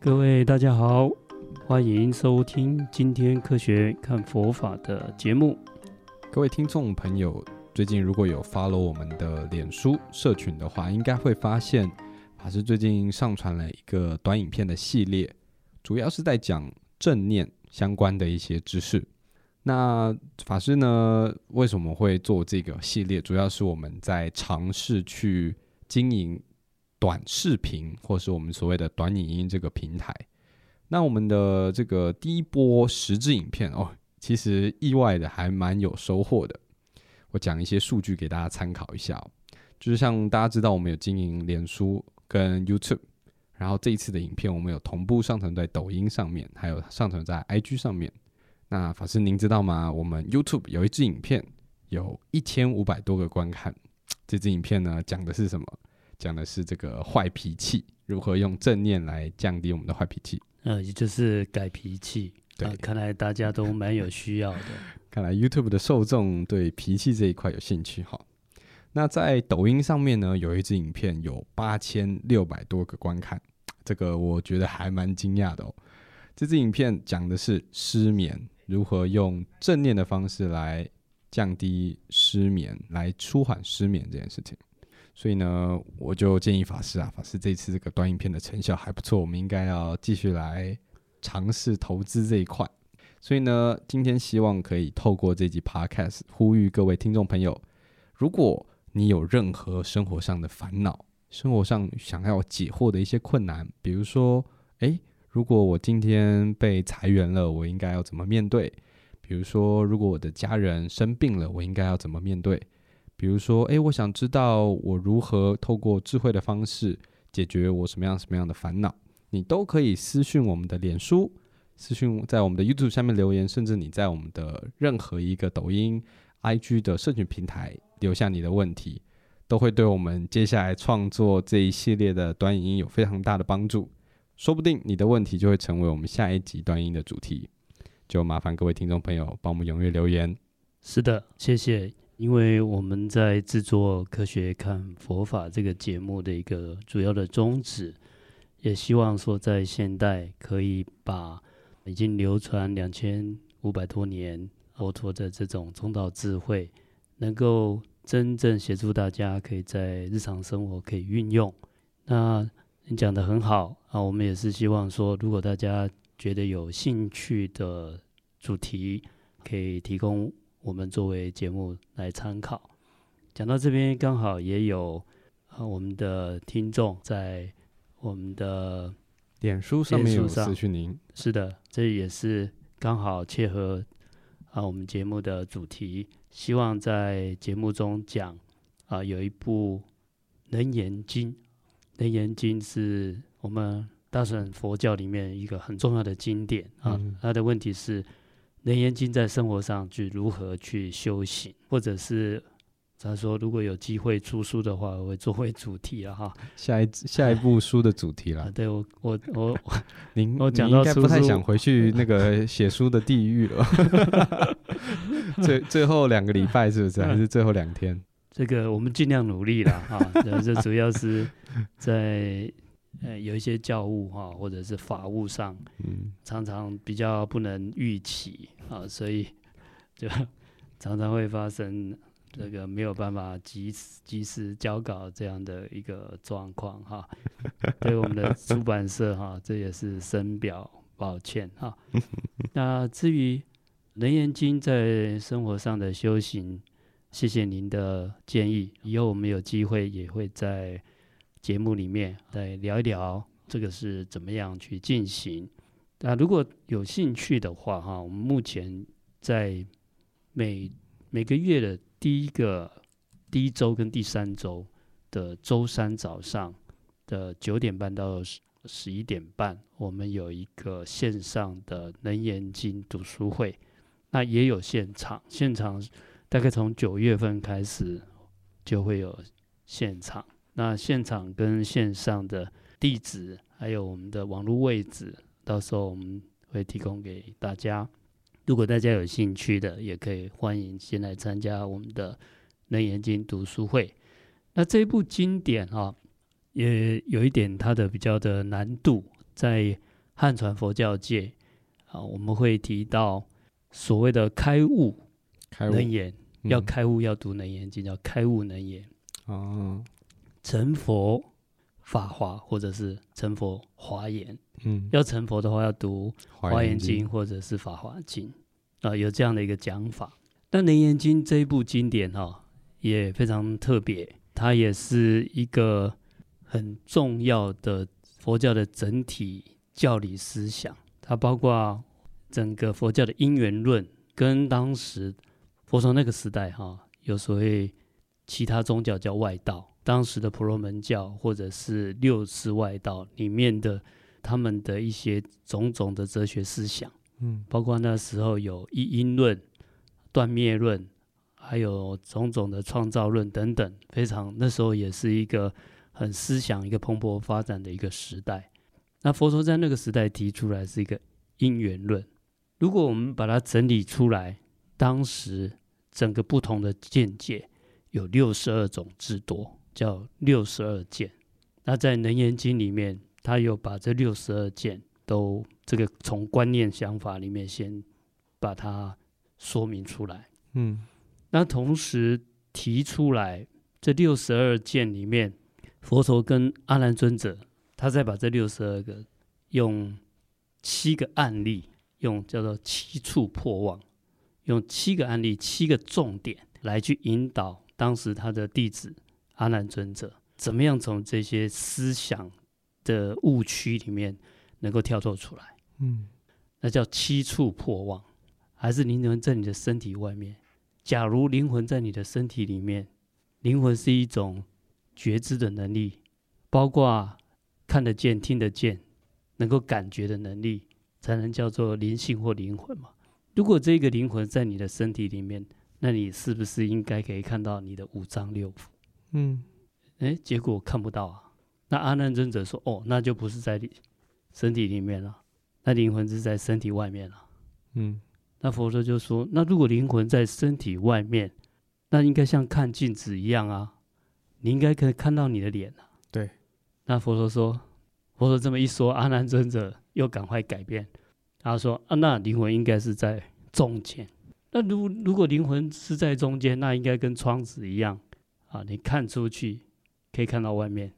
嗨，大家好，欢迎收听今天科学看佛法的节目。各位听众朋友，最近如果有 follow 我们的脸书社群的话，应该会发现法师最近上传了一个短影片的系列，主要是在讲正念相关的一些知识。那法师呢，为什么会做这个系列？主要是我们在尝试去经营短视频，或是我们所谓的短影音这个平台。那我们的这个第一波实质影片哦，其实意外的还蛮有收获的。我讲一些数据给大家参考一下、哦，就是像大家知道我们有经营脸书跟 YouTube，然后这一次的影片我们有同步上传在抖音上面，还有上传在 IG 上面。那法师您知道吗？我们 YouTube 有一支影片有一千五百多个观看，这支影片呢讲的是什么？讲的是这个坏脾气如何用正念来降低我们的坏脾气。呃，也就是改脾气。对啊看来大家都蛮有需要的。看来 YouTube 的受众对脾气这一块有兴趣哈。那在抖音上面呢，有一支影片有八千六百多个观看，这个我觉得还蛮惊讶的哦。这支影片讲的是失眠，如何用正念的方式来降低失眠，来舒缓失眠这件事情。所以呢，我就建议法师啊，法师这一次这个短影片的成效还不错，我们应该要继续来尝试投资这一块。所以呢，今天希望可以透过这集 podcast 呼吁各位听众朋友，如果你有任何生活上的烦恼，生活上想要解惑的一些困难，比如说，诶，如果我今天被裁员了，我应该要怎么面对？比如说，如果我的家人生病了，我应该要怎么面对？比如说，哎诶，我想知道我如何透过智慧的方式解决我什么样什么样的烦恼，你都可以私讯我们的脸书私讯在我们的 YouTube 下面留言，甚至你在我们的任何一个抖音、IG 的社群平台留下你的问题，都会对我们接下来创作这一系列的短影音有非常大的帮助。说不定你的问题就会成为我们下一集短音的主题。就麻烦各位听众朋友帮我们踊跃留言。是的，谢谢。因为我们在制作《科学看佛法》这个节目的一个主要的宗旨，也希望说在现代可以把已经流传两千五百多年佛陀的这种中道智慧，能够真正协助大家可以在日常生活可以运用。那你讲的很好啊，我们也是希望说，如果大家觉得有兴趣的主题，可以提供我们作为节目来参考。讲到这边，刚好也有啊我们的听众在我们的脸书上面有脸书上私讯您，是的，这也是刚好切合啊我们节目的主题，希望在节目中讲啊有一部《楞严经》，《楞严经》是我们大乘佛教里面一个很重要的经典啊。嗯它的问题是《楞严经》在生活上去如何去修行，或者是他说如果有机会出书的话，我会作为主题了哈。下一下一部书的主题啊，啦。对我我我您我讲您到应该出不太书想回去那个写书的地狱了。 最最后两个礼拜是不是？还是最后两天？这个我们尽量努力啦，哈、然后这主要是在呃有一些教务哈、或者是法务上，嗯，常常比较不能预期啊，所以就 常常会发生这个没有办法及时及时交稿这样的一个状况哈、 对我们的出版社哈、这也是深表抱歉哈、那至于《楞严经》在生活上的修行，谢谢您的建议，以后我们有机会也会在节目里面再聊一聊这个是怎么样去进行。那如果有兴趣的话，哈，我们目前在每每个月的第一个第一周跟第三周的周三早上的九点半到十十一点半，我们有一个线上的《楞严经》读书会，那也有现场，现场大概从九月份开始就会有现场。那现场跟线上的地址，还有我们的网络位置，到时候我们会提供给大家。如果大家有兴趣的，也可以欢迎先来参加我们的《楞严经》读书会。那这部经典哈、也有一点它的比较的难度，在汉传佛教界啊，我们会提到所谓的开悟开悟能言，嗯要开悟要读能言经，叫开悟能言，哦，成佛法华或者是成佛华严。嗯，要成佛的话，要读华华严经或者是法华经啊、有这样的一个讲法。那《楞严经》这一部经典哈、也非常特别，它也是一个很重要的佛教的整体教理思想，它包括整个佛教的因缘论，跟当时佛陀那个时代哈、有所谓其他宗教叫外道，当时的婆罗门教或者是六世外道里面的他们的一些种种的哲学思想，嗯包括那时候有一因论、断灭论，还有种种的创造论等等，非常那时候也是一个很思想一个蓬勃发展的一个时代。那佛陀在那个时代提出来是一个因缘论，如果我们把它整理出来，当时整个不同的见解有六十二种之多，叫六十二见。那在《楞严经》里面，他有把这六十二件都这个从观念想法里面先把它说明出来。嗯那同时提出来这六十二件里面，佛陀跟阿难尊者，他再把这六十二个用七个案例，用叫做七处破妄，用七个案例、七个重点来去引导当时他的弟子阿难尊者，怎么样从这些思想的误区里面能够跳脱出来。嗯那叫七处破妄，还是灵魂在你的身体外面？假如灵魂在你的身体里面，灵魂是一种觉知的能力，包括看得见、听得见、能够感觉的能力，才能叫做灵性或灵魂嘛。如果这个灵魂在你的身体里面，那你是不是应该可以看到你的五脏六腑？嗯哎，结果看不到啊。那阿难尊者说：“哦，那就不是在里身体里面了，那灵魂是在身体外面了。”嗯那佛陀就说：“那如果灵魂在身体外面，那应该像看镜子一样啊，你应该可以看到你的脸啊。”对。那佛陀说：“佛陀这么一说，阿难尊者又赶快改变，他说：‘啊，那灵魂应该是在中间。那如如果灵魂是在中间，那应该跟窗子一样啊，你看出去可以看到外面，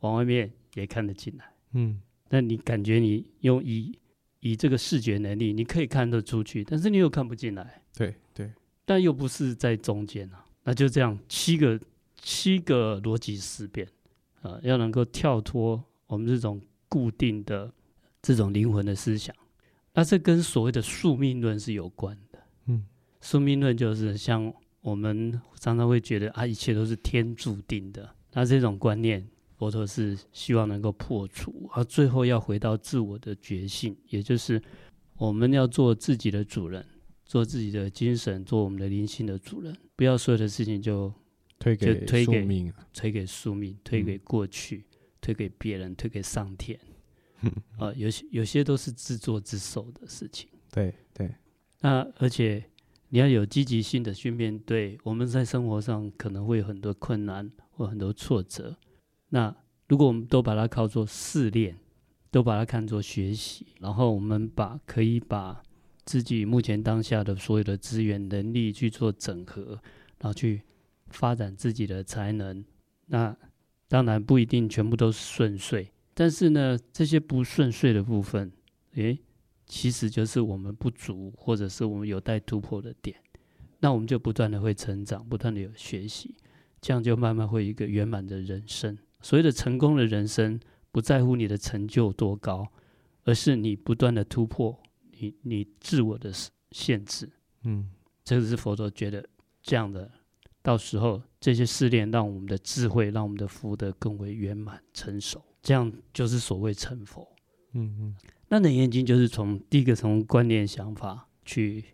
往外面也看得进来。’”嗯那你感觉你用以以这个视觉能力，你可以看得出去，但是你又看不进来，对对，但又不是在中间啊。那就这样，七个七个逻辑思辨啊、呃要能够跳脱我们这种固定的这种灵魂的思想。那这跟所谓的宿命论是有关的。嗯宿命论就是像我们常常会觉得啊，一切都是天注定的。那这种观念，佛陀是希望能够破除，而最后要回到自我的觉性，也就是我们要做自己的主人，做自己的精神，做我们的灵性的主人，不要所有的事情就推就给推宿给命啊，推给宿命，推给过去，推给别人，推给上天。啊、有些有些都是自作自受的事情。对对，那而且你要有积极性的去面对，我们在生活上可能会有很多困难或很多挫折。那如果我们都把它靠做试炼，都把它看作学习，然后我们把可以把自己目前当下的所有的资源能力去做整合，然后去发展自己的才能。那当然不一定全部都是顺遂，但是呢，这些不顺遂的部分，诶，其实就是我们不足，或者是我们有待突破的点。那我们就不断的会成长，不断的有学习，这样就慢慢会有一个圆满的人生。所谓的成功的人生，不在乎你的成就多高，而是你不断的突破你你自我的限制。嗯这个是佛陀觉得这样的，到时候这些试炼让我们的智慧，让我们的福德更为圆满成熟，这样就是所谓成佛。嗯嗯那冷眼睛就是从第一个从观念想法去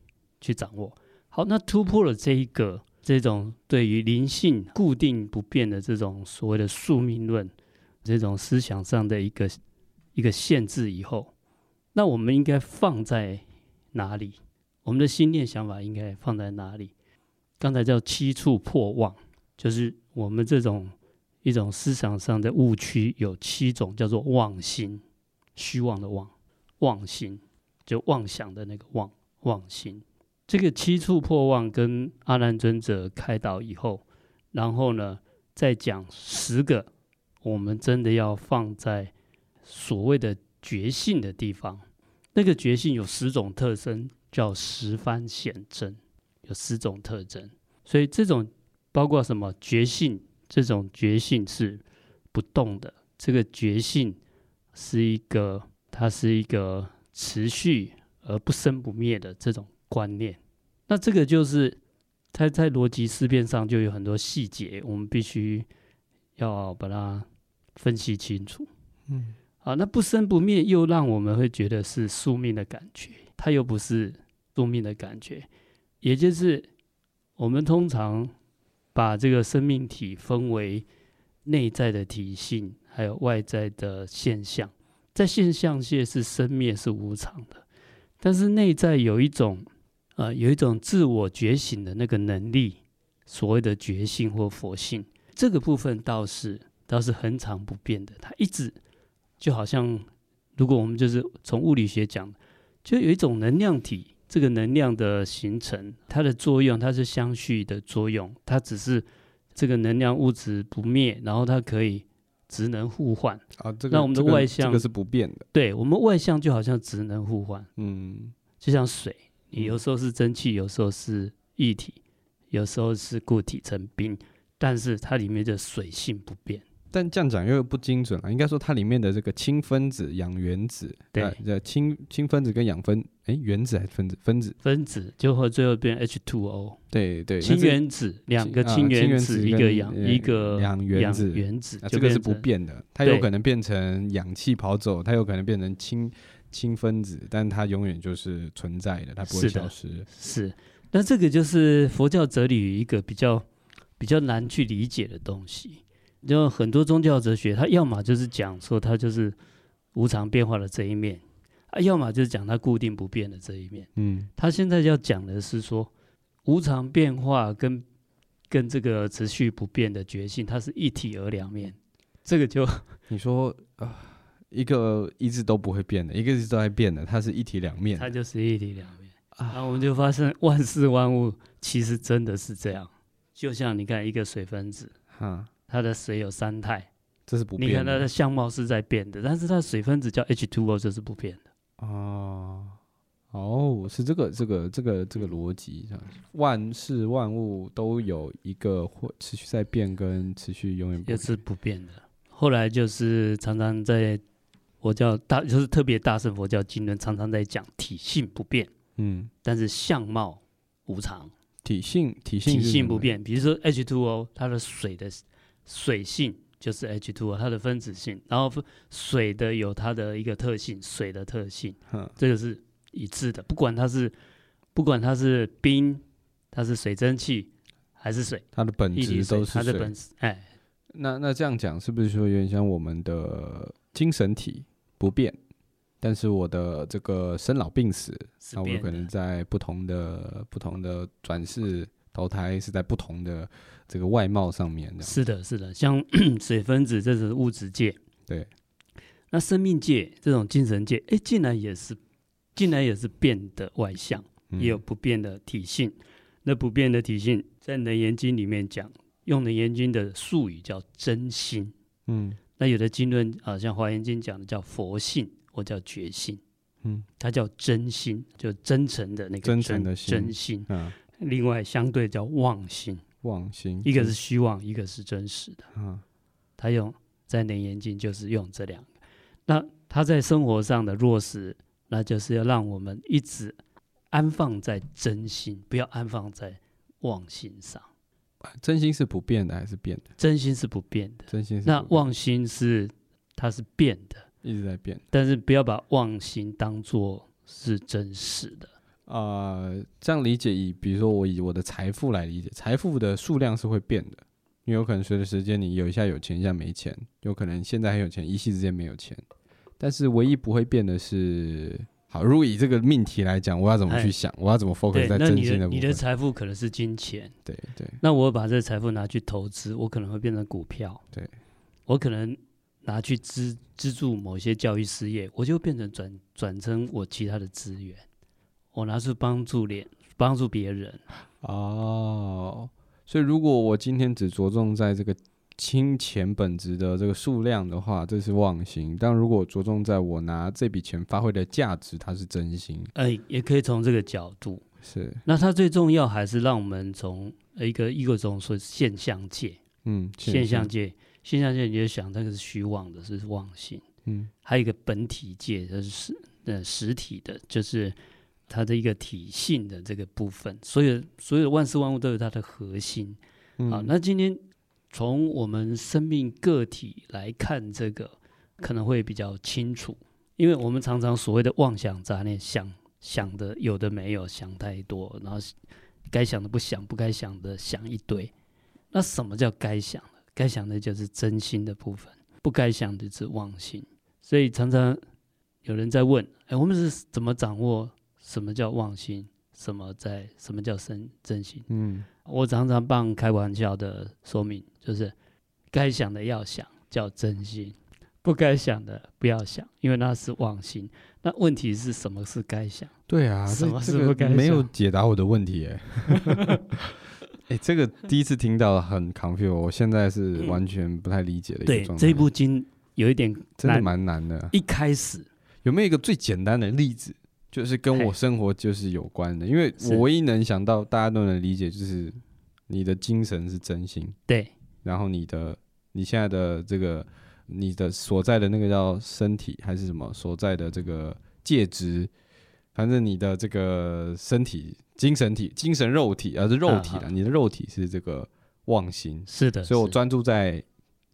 去掌握。好，那突破了这一个这种对于灵性固定不变的这种所谓的宿命论这种思想上的一个一个限制以后，那我们应该放在哪里？我们的心念想法应该放在哪里？刚才叫七处破妄，就是我们这种一种思想上的误区有七种，叫做妄心，虚妄的妄。妄心，就妄想的那个妄妄心。这个七处破妄跟阿难尊者开导以后，然后呢，再讲十个我们真的要放在所谓的觉性的地方。那个觉性有十种特征，叫十番显真，有十种特征。所以这种包括什么觉性，这种觉性是不动的。这个觉性是一个，它是一个持续而不生不灭的这种观念。那这个就是它在逻辑思辨上就有很多细节，我们必须要把它分析清楚。嗯，啊，那不生不灭又让我们会觉得是宿命的感觉，它又不是宿命的感觉，也就是我们通常把这个生命体分为内在的体性，还有外在的现象。在现象界是生灭是无常的，但是内在有一种呃有一种自我觉醒的那个能力，所谓的觉性或佛性，这个部分倒是倒是恒常不变的，它一直。就好像，如果我们就是从物理学讲，就有一种能量体，这个能量的形成，它的作用，它是相续的作用，它只是这个能量物质不灭，然后它可以职能互换。啊，这那我们的这个外向这个是不变的，对我们外向就好像职能互换，嗯就像水，你嗯有时候是蒸汽，有时候是液体，有时候是固体成冰，但是它里面的水性不变。但这样讲又不精准了，应该说它里面的这个氢分子、氧原子，对呃，这氢氢分子跟氧分，哎，原子还是分子？分子，分子就会最后变 H2O，对对，氢那这原子，两个氢啊氢氢原原子，子一个跟氧，呃一个氧原子原子就啊，这个变是不成变的，它对有可能变成氧气跑走，它有可能变成氢氢分子，但它永远就是存在的，它不会是的消失。是。那这个就是佛教哲理一个比较比较难去理解的东西。就很多宗教哲学，它要么就是讲说它就是无常变化的这一面，啊，要么就是讲它固定不变的这一面。嗯，他现在要讲的是说，无常变化跟跟这个持续不变的觉性，它是一体而两面。这个就你说啊、一个一直都不会变的，一个一直都在变的，它是一体两面 的它就是一体两面啊。我们就发现万事万物其实真的是这样，就像你看一个水分子，哈，它的水有三态，这是不你变看它的的相貌是在变的，但是它的水分子叫 H2O 就是不变的。哦。哦，是这个这个这个这个逻辑，这样万事万物都有一个或持续在变跟持续永远不也变。是不变的。后来就是常常在佛教大，就是特别大乘佛教经论常常在讲体性不变，嗯，但是相貌无常，体性体性体是什性么不变。比如说 H2O，它的水的水性就是 H2O，它的分子性，然后水的有它的一个特性，水的特性。哼，这个是一致的，不管它是不管它是冰，它是水蒸气还是水，它的本一体质水，嗯都是它的水本质哎，那那这样讲，是不是说有点像我们的精神体不变，但是我的这个生老病死，是那我有变可能的。在不同的不同的转世投胎是在不同的这个外貌上面的。是的，是的，像 水分子这是物质界，对。那生命界这种精神界，哎，竟然也是，竟然也是变的外向，嗯也有不变的体性。那不变的体性，在《楞严经》里面讲，用《楞严经》的术语叫真心。嗯那有的经论啊、呃像《华严经》讲的叫佛性或叫觉性，嗯它叫真心，就真诚的那个真诚的心真心。啊，另外，相对叫妄心，妄心一个是虚妄，一个是真实的。啊，他用在《楞严经》就是用这两个。那他在生活上的落实，那就是要让我们一直安放在真心，不要安放在妄心上。真心是不变的还是变的？真心是不变的，真心是那不变妄心是它是变的。一直在变但是不要把妄心当做是真实的，啊、呃这样理解以，比如说我以我的财富来理解，财富的数量是会变的，因为有可能随着时间，你有一下有钱，一下没钱，有可能现在很有钱，一夕之间没有钱。但是唯一不会变的是，好，如果以这个命题来讲，我要怎么去哎想，我要怎么 focus 对，在那真你心的部你的分？财富可能是金钱，对对，那我把这财富拿去投资，我可能会变成股票，对，我可能拿去资资助某些教育事业，我就变成转转成我其他的资源，我拿去帮助别帮助别人。哦，所以如果我今天只着重在这个清钱本值的这个数量的话，这是忘形；但如果着重在我拿这笔钱发挥的价值，它是真心。哎，也可以从这个角度。是，那它最重要还是让我们从呃一个一个从说现象界、嗯，现象，界、现象界，你就想那个是虚妄的，是妄性；嗯还有一个本体界，就是实呃实体的，就是它的一个体性的这个部分。所有所有万事万物都有它的核心。嗯，好，那今天从我们生命个体来看这个，可能会比较清楚，因为我们常常所谓的妄想杂念，想想的有的没有，想太多，然后该想的不想，不该想的想一堆。那什么叫该想的？该想的就是真心的部分，不该想的是妄心。所以常常有人在问：哎，我们是怎么掌握什么叫妄心？什么在什么叫真真心？嗯我常常帮开玩笑的说明，就是该想的要想，叫真心；不该想的不要想，因为那是妄心。那问题是什么是该想？对啊，什这么这是个不该没有想解答我的问 题耶、哎、这个第一次听到很 confuse，我现在是嗯完全不太理解的一对个，状态。这部经有一点真的难。蛮难的。一开始，有没有一个最简单的例子，就是跟嘿我生活就是有关的？因为是我唯一能想到大家都能理解，就是你的精神是真心，对然后你的你现在的这个你的所在的那个叫身体还是什么所在的这个介质，反正你的这个身体、精神体、精神肉体，而、是肉体啊了，你的肉体是这个妄心，是的，所以我是专注在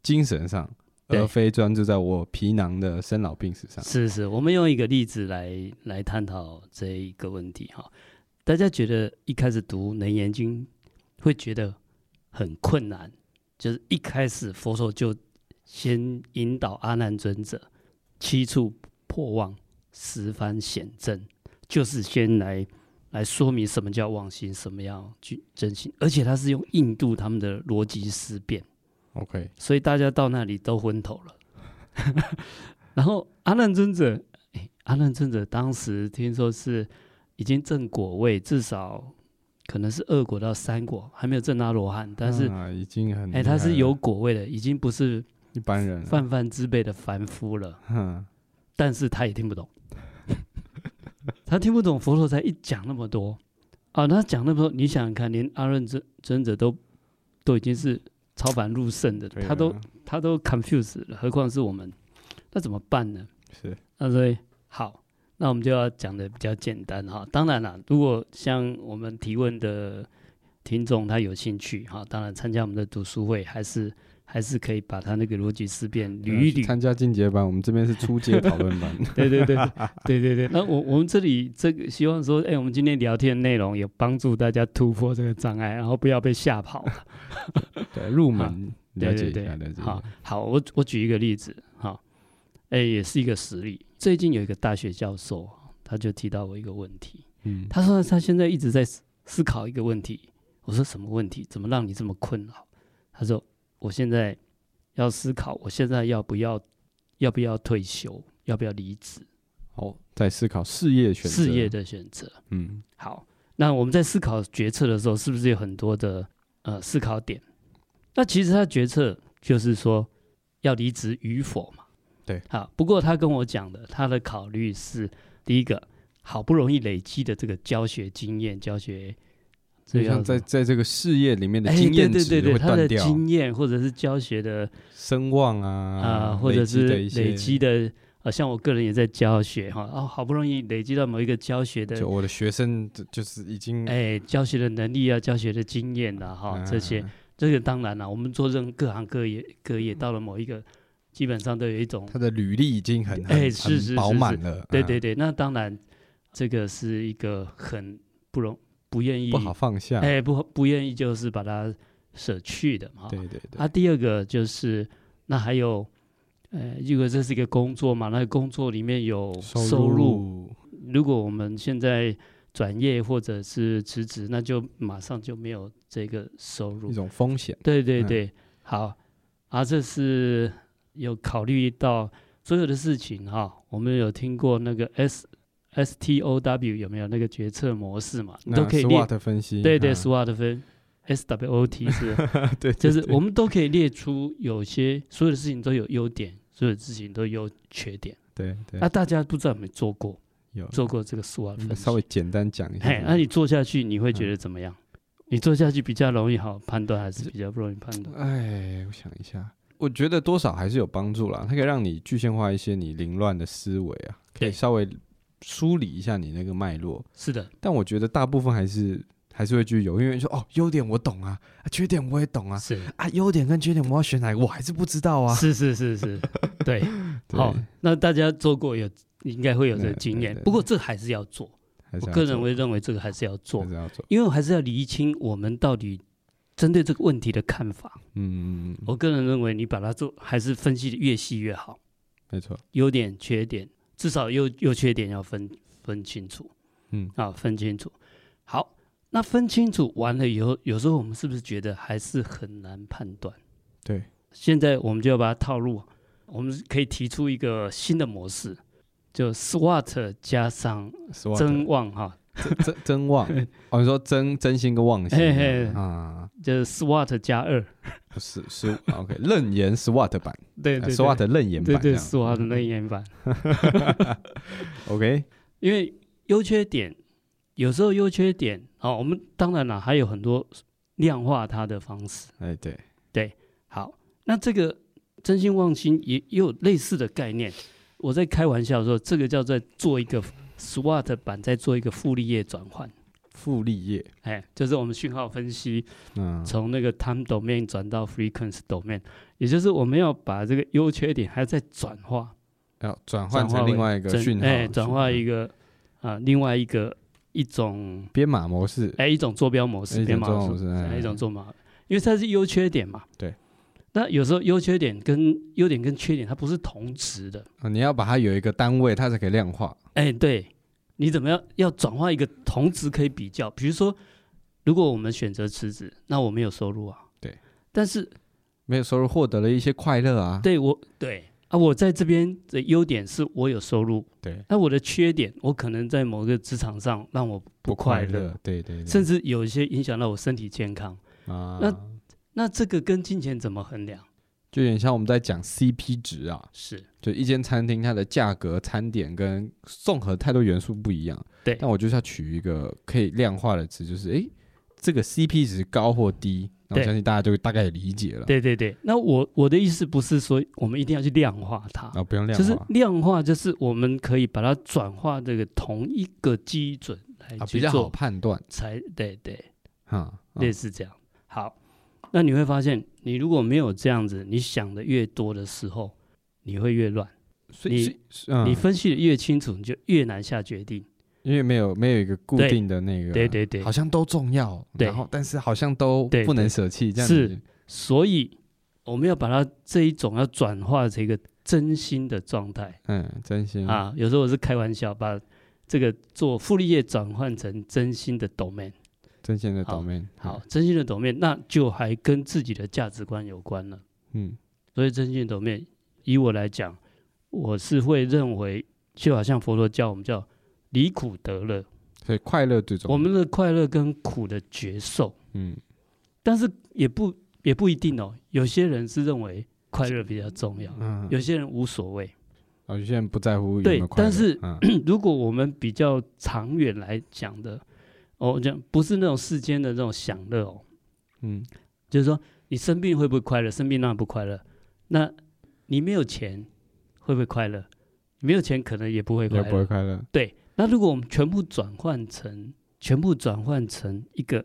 精神上，对而非专注在我皮囊的生老病死上。是是，我们用一个例子来来探讨这一个问题哈。大家觉得一开始读《楞严经》会觉得很困难，就是一开始佛陀就先引导阿难尊者七处破妄，十番显真，就是先来来说明什么叫妄心，什么叫具真心，而且他是用印度他们的逻辑思辨。 OK，所以大家到那里都昏头了。 然后阿难尊者，诶阿难尊者当时听说是已经证果位，至少可能是二果到三果，还没有证阿罗汉，但是啊、已经很诶，厉他害是了有果位的，已经不是一般人了，泛泛之辈的凡夫了。哼，但是他也听不懂， 他听不懂佛陀才一讲那么多啊，他讲那么多，你想想看，连阿难尊尊者都都已经是超凡入圣的，对啊他都了他都 confused 了，何况是我们，那怎么办呢？是那所以好，那我们就要讲的比较简单哈。当然啦，如果像我们提问的听众他有兴趣哈，当然参加我们的读书会还是还是可以把他那个逻辑思辨捋一去捋。参加进阶班，我们这边是初阶讨论班，对对对 对对对。那我我们这里这个希望说，哎、我们今天聊天的内容也帮助大家突破这个障碍，然后不要被吓跑。对，入门了对解对一下，对，了解一好下，好，我我举一个例子，好，哎，也是一个实例。最近有一个大学教授，他就提到我一个问题，嗯，他说他现在一直在思思考一个问题。我说什么问题？怎么让你这么困扰？他说我现在要思考，我现在要不要要不要退休，要不要离职，好，在思考事业选择，事业，的选择。嗯，好，那我们在思考决策的时候，是不是有很多的呃思考点？那其实他决策就是说要离职与否嘛。对，好，不过他跟我讲的，他的考虑是第一个，好不容易累积的这个教学经验、教学，就这叫像在什么在这个事业里面的哎经验对值对对会对，他断的掉，经验或者是教学的声望啊、啊，或者累积是的一些累积的，呃，像我个人也在教学哈，哦，好不容易累积到某一个教学的就我的学生就就是已经哎，教学的能力啊，教学的经验啊，哈，这些，嗯嗯这个当然啊了、我们做任各行各业，各业到了某一个，基本上都有一种，他的履历已经很哎很是很是是饱满是了，对嗯对对，那当然，这个是一个很不容不愿意不好啊放下，哎，不不愿意就是把它舍去的嘛。对对对，啊，第二个就是那还有，呃，如果这是一个工作嘛，那工作里面有收入入如果我们现在转业或者是辞职，那就马上就没有这个收入一。种风险，对对嗯对，好啊，这是有考虑到所有的事情哈、我们有听过那个 S S T O W 有没有那个决策模式嘛？你那都可以列， SWOT 分析，对对啊 SWOT 分 S W O T 是 对，就对是对我们都可以列出有些所有的事情都有优点，所有的事情都有缺点。对对那、大家不知道有没有做过有啊做过这个 SWOT 分析？哎稍微简单讲一下嘿，，那、你做下去你会嗯觉得怎么样？你做下去比较容易好判断，还是比较不容易判断？哎，我想一下，我觉得多少还是有帮助啦。它可以让你具象化一些你凌乱的思维啊，可以对稍微梳理一下你那个脉络。是的，但我觉得大部分还是还是会去有，因为说哦，优点我懂啊，啊缺点我也懂啊，是啊，优点跟缺点我要选哪个，我还是不知道啊。是是是是， 对。对好，，那大家做过有应该会有这个对经对验对，不过这还是要做。还是我要个做人会认为这个还是要做还，是要做，因为我还是要厘清我们到底针对这个问题的看法。嗯，我个人认为，你把它做还是分析的越细越好，没错，优点、缺点，至少优优缺点要分分清楚嗯，啊，分清楚。好，那分清楚完了以后，有时候我们是不是觉得还是很难判断？对，现在我们就要把它套入，我们可以提出一个新的模式，就 SWOT 加上 SWOT 真望哈，真真 真忘哦，你说真真心跟忘心嘿嘿啊，就是 SWOT 加二，不是是 OK，楞 严 SWOT 版对呃对对，SWOT 楞严对版这对样嗯 SWOT 那一眼版， OK，因为优缺点有时候优缺点哦，我们当然了还有很多量化它的方式。哎对，好，那这个真心忘心也也有类似的概念。我在开玩笑说，这个叫做做一个 SWOT 版，在做一个傅立叶转换。傅立叶，哎，就是我们讯号分析嗯，从那个 time domain 转到 frequency domain，也就是我们要把这个优缺点还要再转化，要转转换化成为另外一个真讯号，哎，转化一个个啊、另外一个一种编码模式，哎一种坐标模式，一种编码坐标模式哎哎一种做码，因为它是优缺点嘛。对。那有时候优缺点跟优点跟缺点它不是同值的，啊你要把它有一个单位，它才可以量化，哎，对，你怎么样要转化一个同值可以比较？比如说，如果我们选择辞职，那我没有收入啊。对。但是没有收入获得了一些快乐啊，对我对啊，我在这边的优点是我有收入，对，那我的缺点，我可能在某个职场上让我不快乐，，对对，对甚至有一些影响到我身体健康。啊，那那这个跟金钱怎么衡量？就有点像我们在讲 CP 值啊，是就一间餐厅它的价格、餐点跟综合太多元素不一样，对但我就是要取一个可以量化的值，就是诶，这个 CP 值高或低，那我对相信大家就大概也理解了，对对对。那我我的意思不是说我们一定要去量化它，啊，不用量就是化。量化，就是我们可以把它转化这个同一个基准来啊，比去较好做，判断才对对。哈，啊类似这样。好，那你会发现，你如果没有这样子，你想的越多的时候，你会越乱。所以你所以嗯你分析的越清楚，你就越难下决定。因为没有没有一个固对定的那个，对对对好像都重要，对然后但是好像都对不能对舍弃，这样是子所以，我们要把它这一种要转化成一个真心的状态嗯，真心，啊。有时候我是开玩笑，把这个做傅立叶转换成真心的 domain。真心的好 domain，好，真心的 domain，那就还跟自己的价值观有关了。嗯，所以真心的 domain，以我来讲，我是会认为，就好像佛陀教我们叫离苦得乐。所以快乐最重要，我们的快乐跟苦的觉受，嗯，但是也不也不一定哦。有些人是认为快乐比较重要，嗯有些人无所谓。啊，有些人不在乎有对没有快乐但是嗯如果我们比较长远来讲的，哦，我讲不是那种世间的这种享乐哦，嗯，就是说你生病会不会快乐？生病当然不快乐。那你没有钱会不会快乐？没有钱可能也不会快也不会乐。快乐，对，那如果我们全部转换成全部转换成一个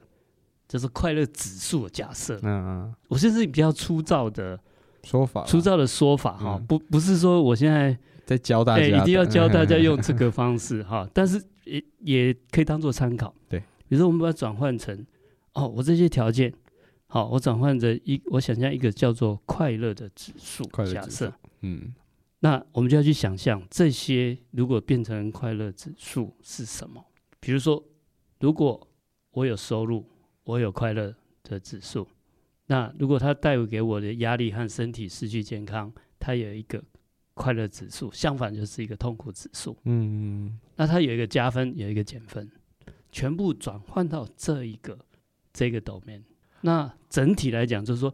就是快乐指数的假设，嗯，嗯我现在是比较粗糙的、说法啦粗糙的说法哈、啊嗯不不是说我现在在教大哎、家的，一定要教 大家用这个方式哈，但是也也可以当做参考。对，比如说我们把它转换成哦，我这些条件，好，我转换成一，我想象一个叫做快乐的指数快乐假指设数，嗯，那我们就要去想象这些如果变成快乐指数是什么？比如说，如果我有收入，我有快乐的指数，那如果它带给我的压力和身体失去健康，它有一个快乐指数，相反就是一个痛苦指数。嗯，那它有一个加分，有一个减分，全部转换到这一个这个 domain。那整体来讲，就是说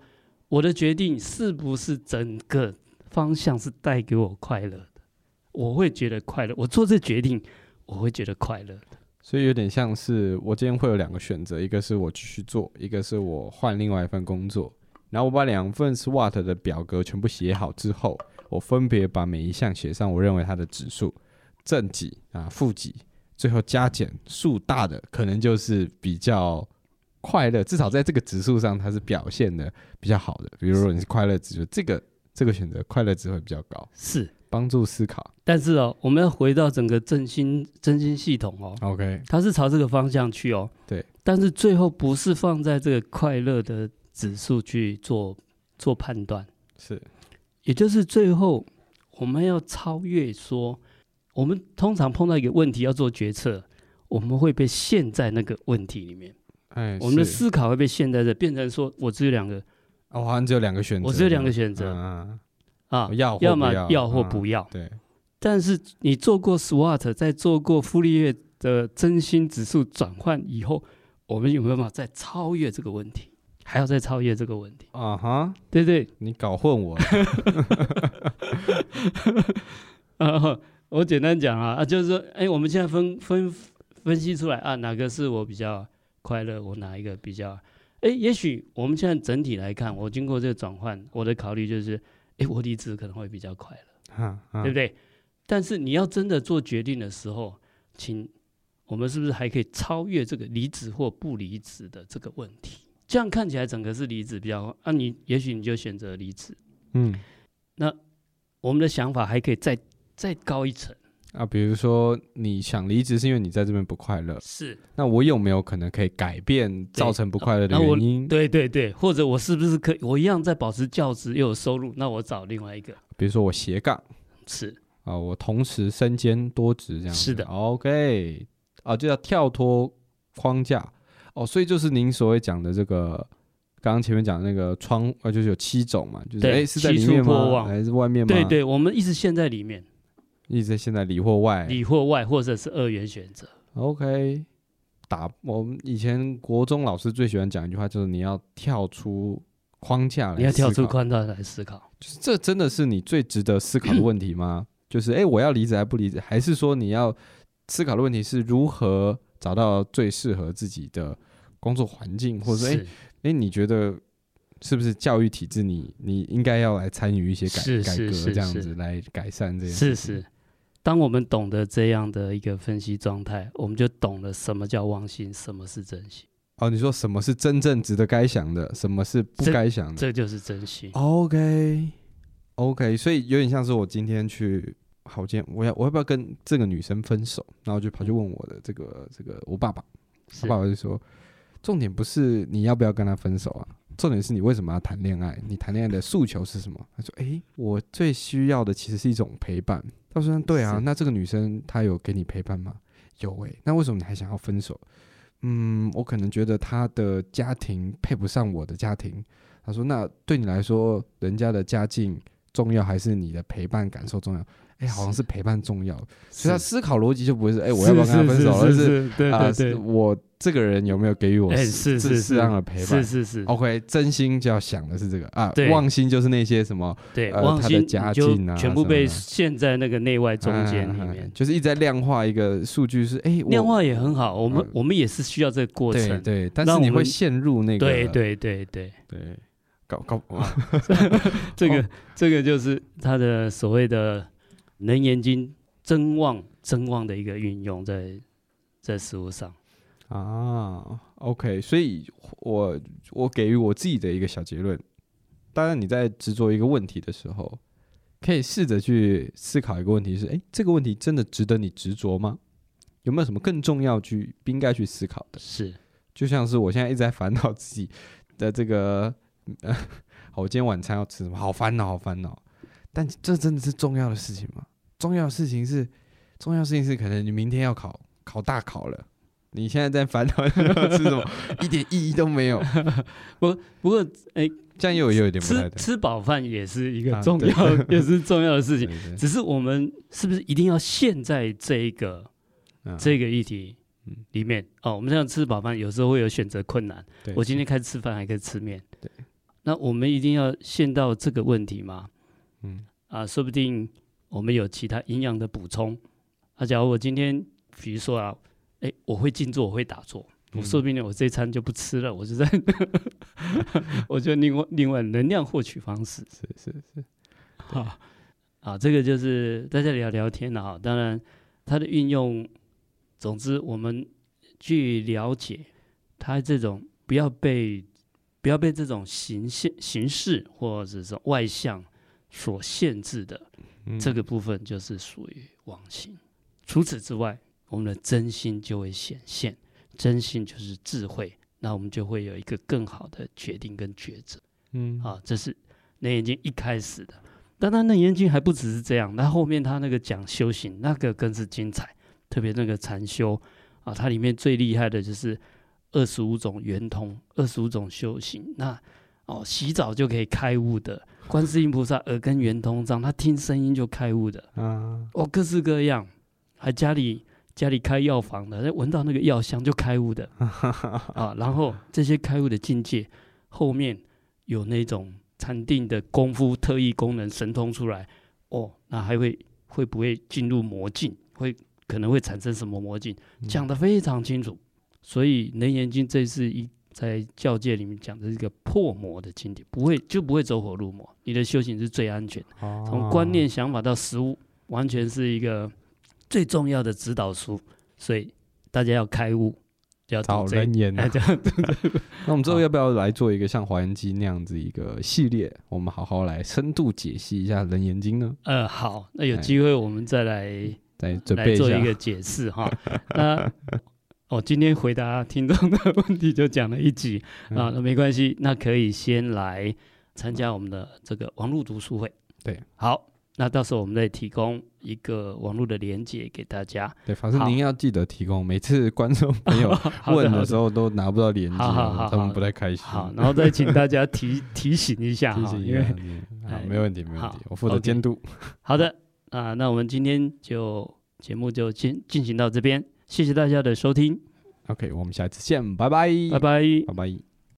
我的决定是不是整个方向是带给我快乐的，我会觉得快乐。我做这决定，我会觉得快乐。所以有点像是我今天会有两个选择，一个是我继续做，一个是我换另外一份工作。然后我把两份 SWOT 的表格全部写好之后，我分别把每一项写上我认为它的指数，正几啊负几，最后加减数大的可能就是比较快乐，至少在这个指数上它是表现的比较好的。比如说你是快乐指数，这个这个选择快乐值会比较高，是，帮助思考。但是哦，我们要回到整个振兴振兴系统哦， OK，它是朝这个方向去哦。对，但是最后不是放在这个快乐的指数去做做判断，是也就是最后我们要超越说，我们通常碰到一个问题要做决策，我们会被陷在那个问题里面，哎，我们的是思考会被陷在这，变成说我只有两个，哦我好像只有两个选择，我只有两个选择、嗯嗯啊，要要么要或嗯不要。对，但是你做过 SWOT，在做过傅立叶的真心指数转换以后，我们有没有办法再超越这个问题？还要再超越这个问题，啊哈，对不对？你搞混 我了，呃， 我简单讲啊，啊，就是说，哎，我们现在分分分析出来啊，哪个是我比较快乐，我哪一个比较，哎，也许我们现在整体来看，我经过这个转换，我的考虑就是，哎，我离职可能会比较快乐。哈哈 对不对？但是你要真的做决定的时候，请我们是不是还可以超越这个离职或不离职的这个问题？这样看起来整个是离职比较好，啊你，也许你就选择离职。嗯我们的想法还可以再再高一层，啊，比如说你想离职是因为你在这边不快乐，是那我有没有可能可以改变造成不快乐的那我原因？对对对，或者我是不是可以，我一样在保持教职又有收入，那我找另外一个比如说我斜杠是啊，我同时身兼多职这样子是的，OK，啊，就要跳脱框架哦，所以就是您所谓讲的这个。刚刚前面讲的那个窗，呃，就是有七种嘛，就是对哎是在七里出面破吗？望还是外面吗？对，对，我们一直陷在里面，一直在现在里或外，里或外，或者是二元选择， OK，打我们以前国中老师最喜欢讲一句话，就是你要跳出框架来，你要跳出，框架来思考，就是这真的是你最值得思考的问题 吗？就是哎、诶我要离职还不离职，还是说你要思考的问题是如何找到最适合自己的工作环境，或者说哎哎、是诶你觉得是不是教育体制你你应该要来参与一些改是改是革是这样是子来改善这件是事情是，当我们懂得这样的一个分析状态，我们就懂了什么叫忘心，什么是真心，哦，你说什么是真正值得该想的，什么是不这该想的？这就是真心。哦 OK OK，所以有点像是我今天去，好，我今天我要我要不要跟这个女生分手？然后就跑去问我的这个这个我爸爸，是我爸爸就说，重点不是你要不要跟她分手啊，重点是你为什么要谈恋爱？你谈恋爱的诉求是什么？他说，诶、我最需要的其实是一种陪伴。他说，对啊是，那这个女生她有给你陪伴吗？有诶、那为什么你还想要分手？嗯，我可能觉得她的家庭配不上我的家庭。他说，那对你来说，人家的家境重要还是你的陪伴感受重要？诶、好像是是陪伴重要，所以是他思考逻辑就不会是，诶、我要不要跟她分手？而是是是是是对啊，对是对，我这个人有没有给予我哎是适适是适当的陪伴哦是是是， ？OK，真心就要想的是这个啊对，忘心就是那些什么对，呃忘他的心家你就境啊全什部么被的陷在那个内外中间里啊面。就是一直在量化一个数据是，哎，我量化也很好，我们嗯我们也是需要这个过对程。对，但让是我你们会陷入那个对对对对，对搞搞这个这个就是他的所谓的《楞严经》真妄真妄的一个运用在在实物上。啊，OK，所以我我给予我自己的一个小结论，当然你在执着一个问题的时候，可以试着去思考一个问题是：诶，这个问题真的值得你执着吗？有没有什么更重要去应该去思考的？是就像是我现在一直在烦恼自己的这个，呃，好我今天晚餐要吃什么？好烦恼，好烦恼。但这真的是重要的事情吗？重要的事情是，重要的事情是，可能你明天要考考大考了，你 现在在烦恼要吃什么，一点意义都没有。不过，哎、这样又又有点不太吃对吃饱饭也是一个啊重对要， 也是重要的事 对情。对只是我们是不是一定要陷在这一个嗯这个议题嗯里面？哦，我们像吃饱饭，有时候会有选择困难。对我今天开始吃饭，还可以吃面。对，那我们一定要陷到这个问题吗？嗯啊，说不定我们有其他营养的补充。啊，假如我今天，比如说啊，哎，我会静坐，我会打坐，我嗯说不定我这一餐就不吃了，我 就在，我就另外另外能量获取方式。是是是好，啊，这个就是大家聊聊天了哈。当然，它的运用，总之我们去了解它这种不要被不要被这种形现形式或者是外向所限制的、嗯这个部分，就是属于妄心。除此之外，我们的真心就会显现，真心就是智慧，那我们就会有一个更好的决定跟抉择。嗯啊，这是内眼镜一开始的。但他内眼镜还不只是这样，那后面他那个讲修行，那个更是精彩，特别那个禅修啊，它里面最厉害的就是二十五种圆通，二十五种修行。那哦，洗澡就可以开悟的，观世音菩萨耳根圆通障，他听声音就开悟的，啊哦，各式各样，还家里家里开药房的，那闻到那个药香就开悟的啊。然后这些开悟的境界，后面有那种禅定的功夫、特异功能、神通出来，哦，那还会会不会进入魔境？会可能会产生什么魔境？讲得非常清楚。所以《楞严经》这是一在教界里面讲的是一个破魔的经典，不会就不会走火入魔，你的修行是最安全的。哦从观念、想法到实物，完全是一个最重要的指导书。所以大家要开悟，就要找读这人一。演哎，啊。这样 那我们之后要不要来做一个像《华严经》那样子一个系列？我们好好来深度解析一下《楞严经》呢？呃，好，那有哎机会我们再来再准来备做下一个解释哈。 那我、哦、今天回答听众的问题就讲了一集嗯啊，那没关系，那可以先来参加我们的这个网络读书会。对，好，那到时候我们再提供一个网络的连接给大 家。对，法师好您要记得提供，每次观众朋友好 问好的时候都拿不到链接好好好啊，他们好不太开心。好，然后再请大家提提醒一下 提哈，醒一因下为你，啊哎好，没问题，没问题好，我负责 OK 监督。好的啊、那我们今天就节目就进进行到这边，谢谢大家的收听， OK，我们下次见，拜拜，拜，拜。拜拜。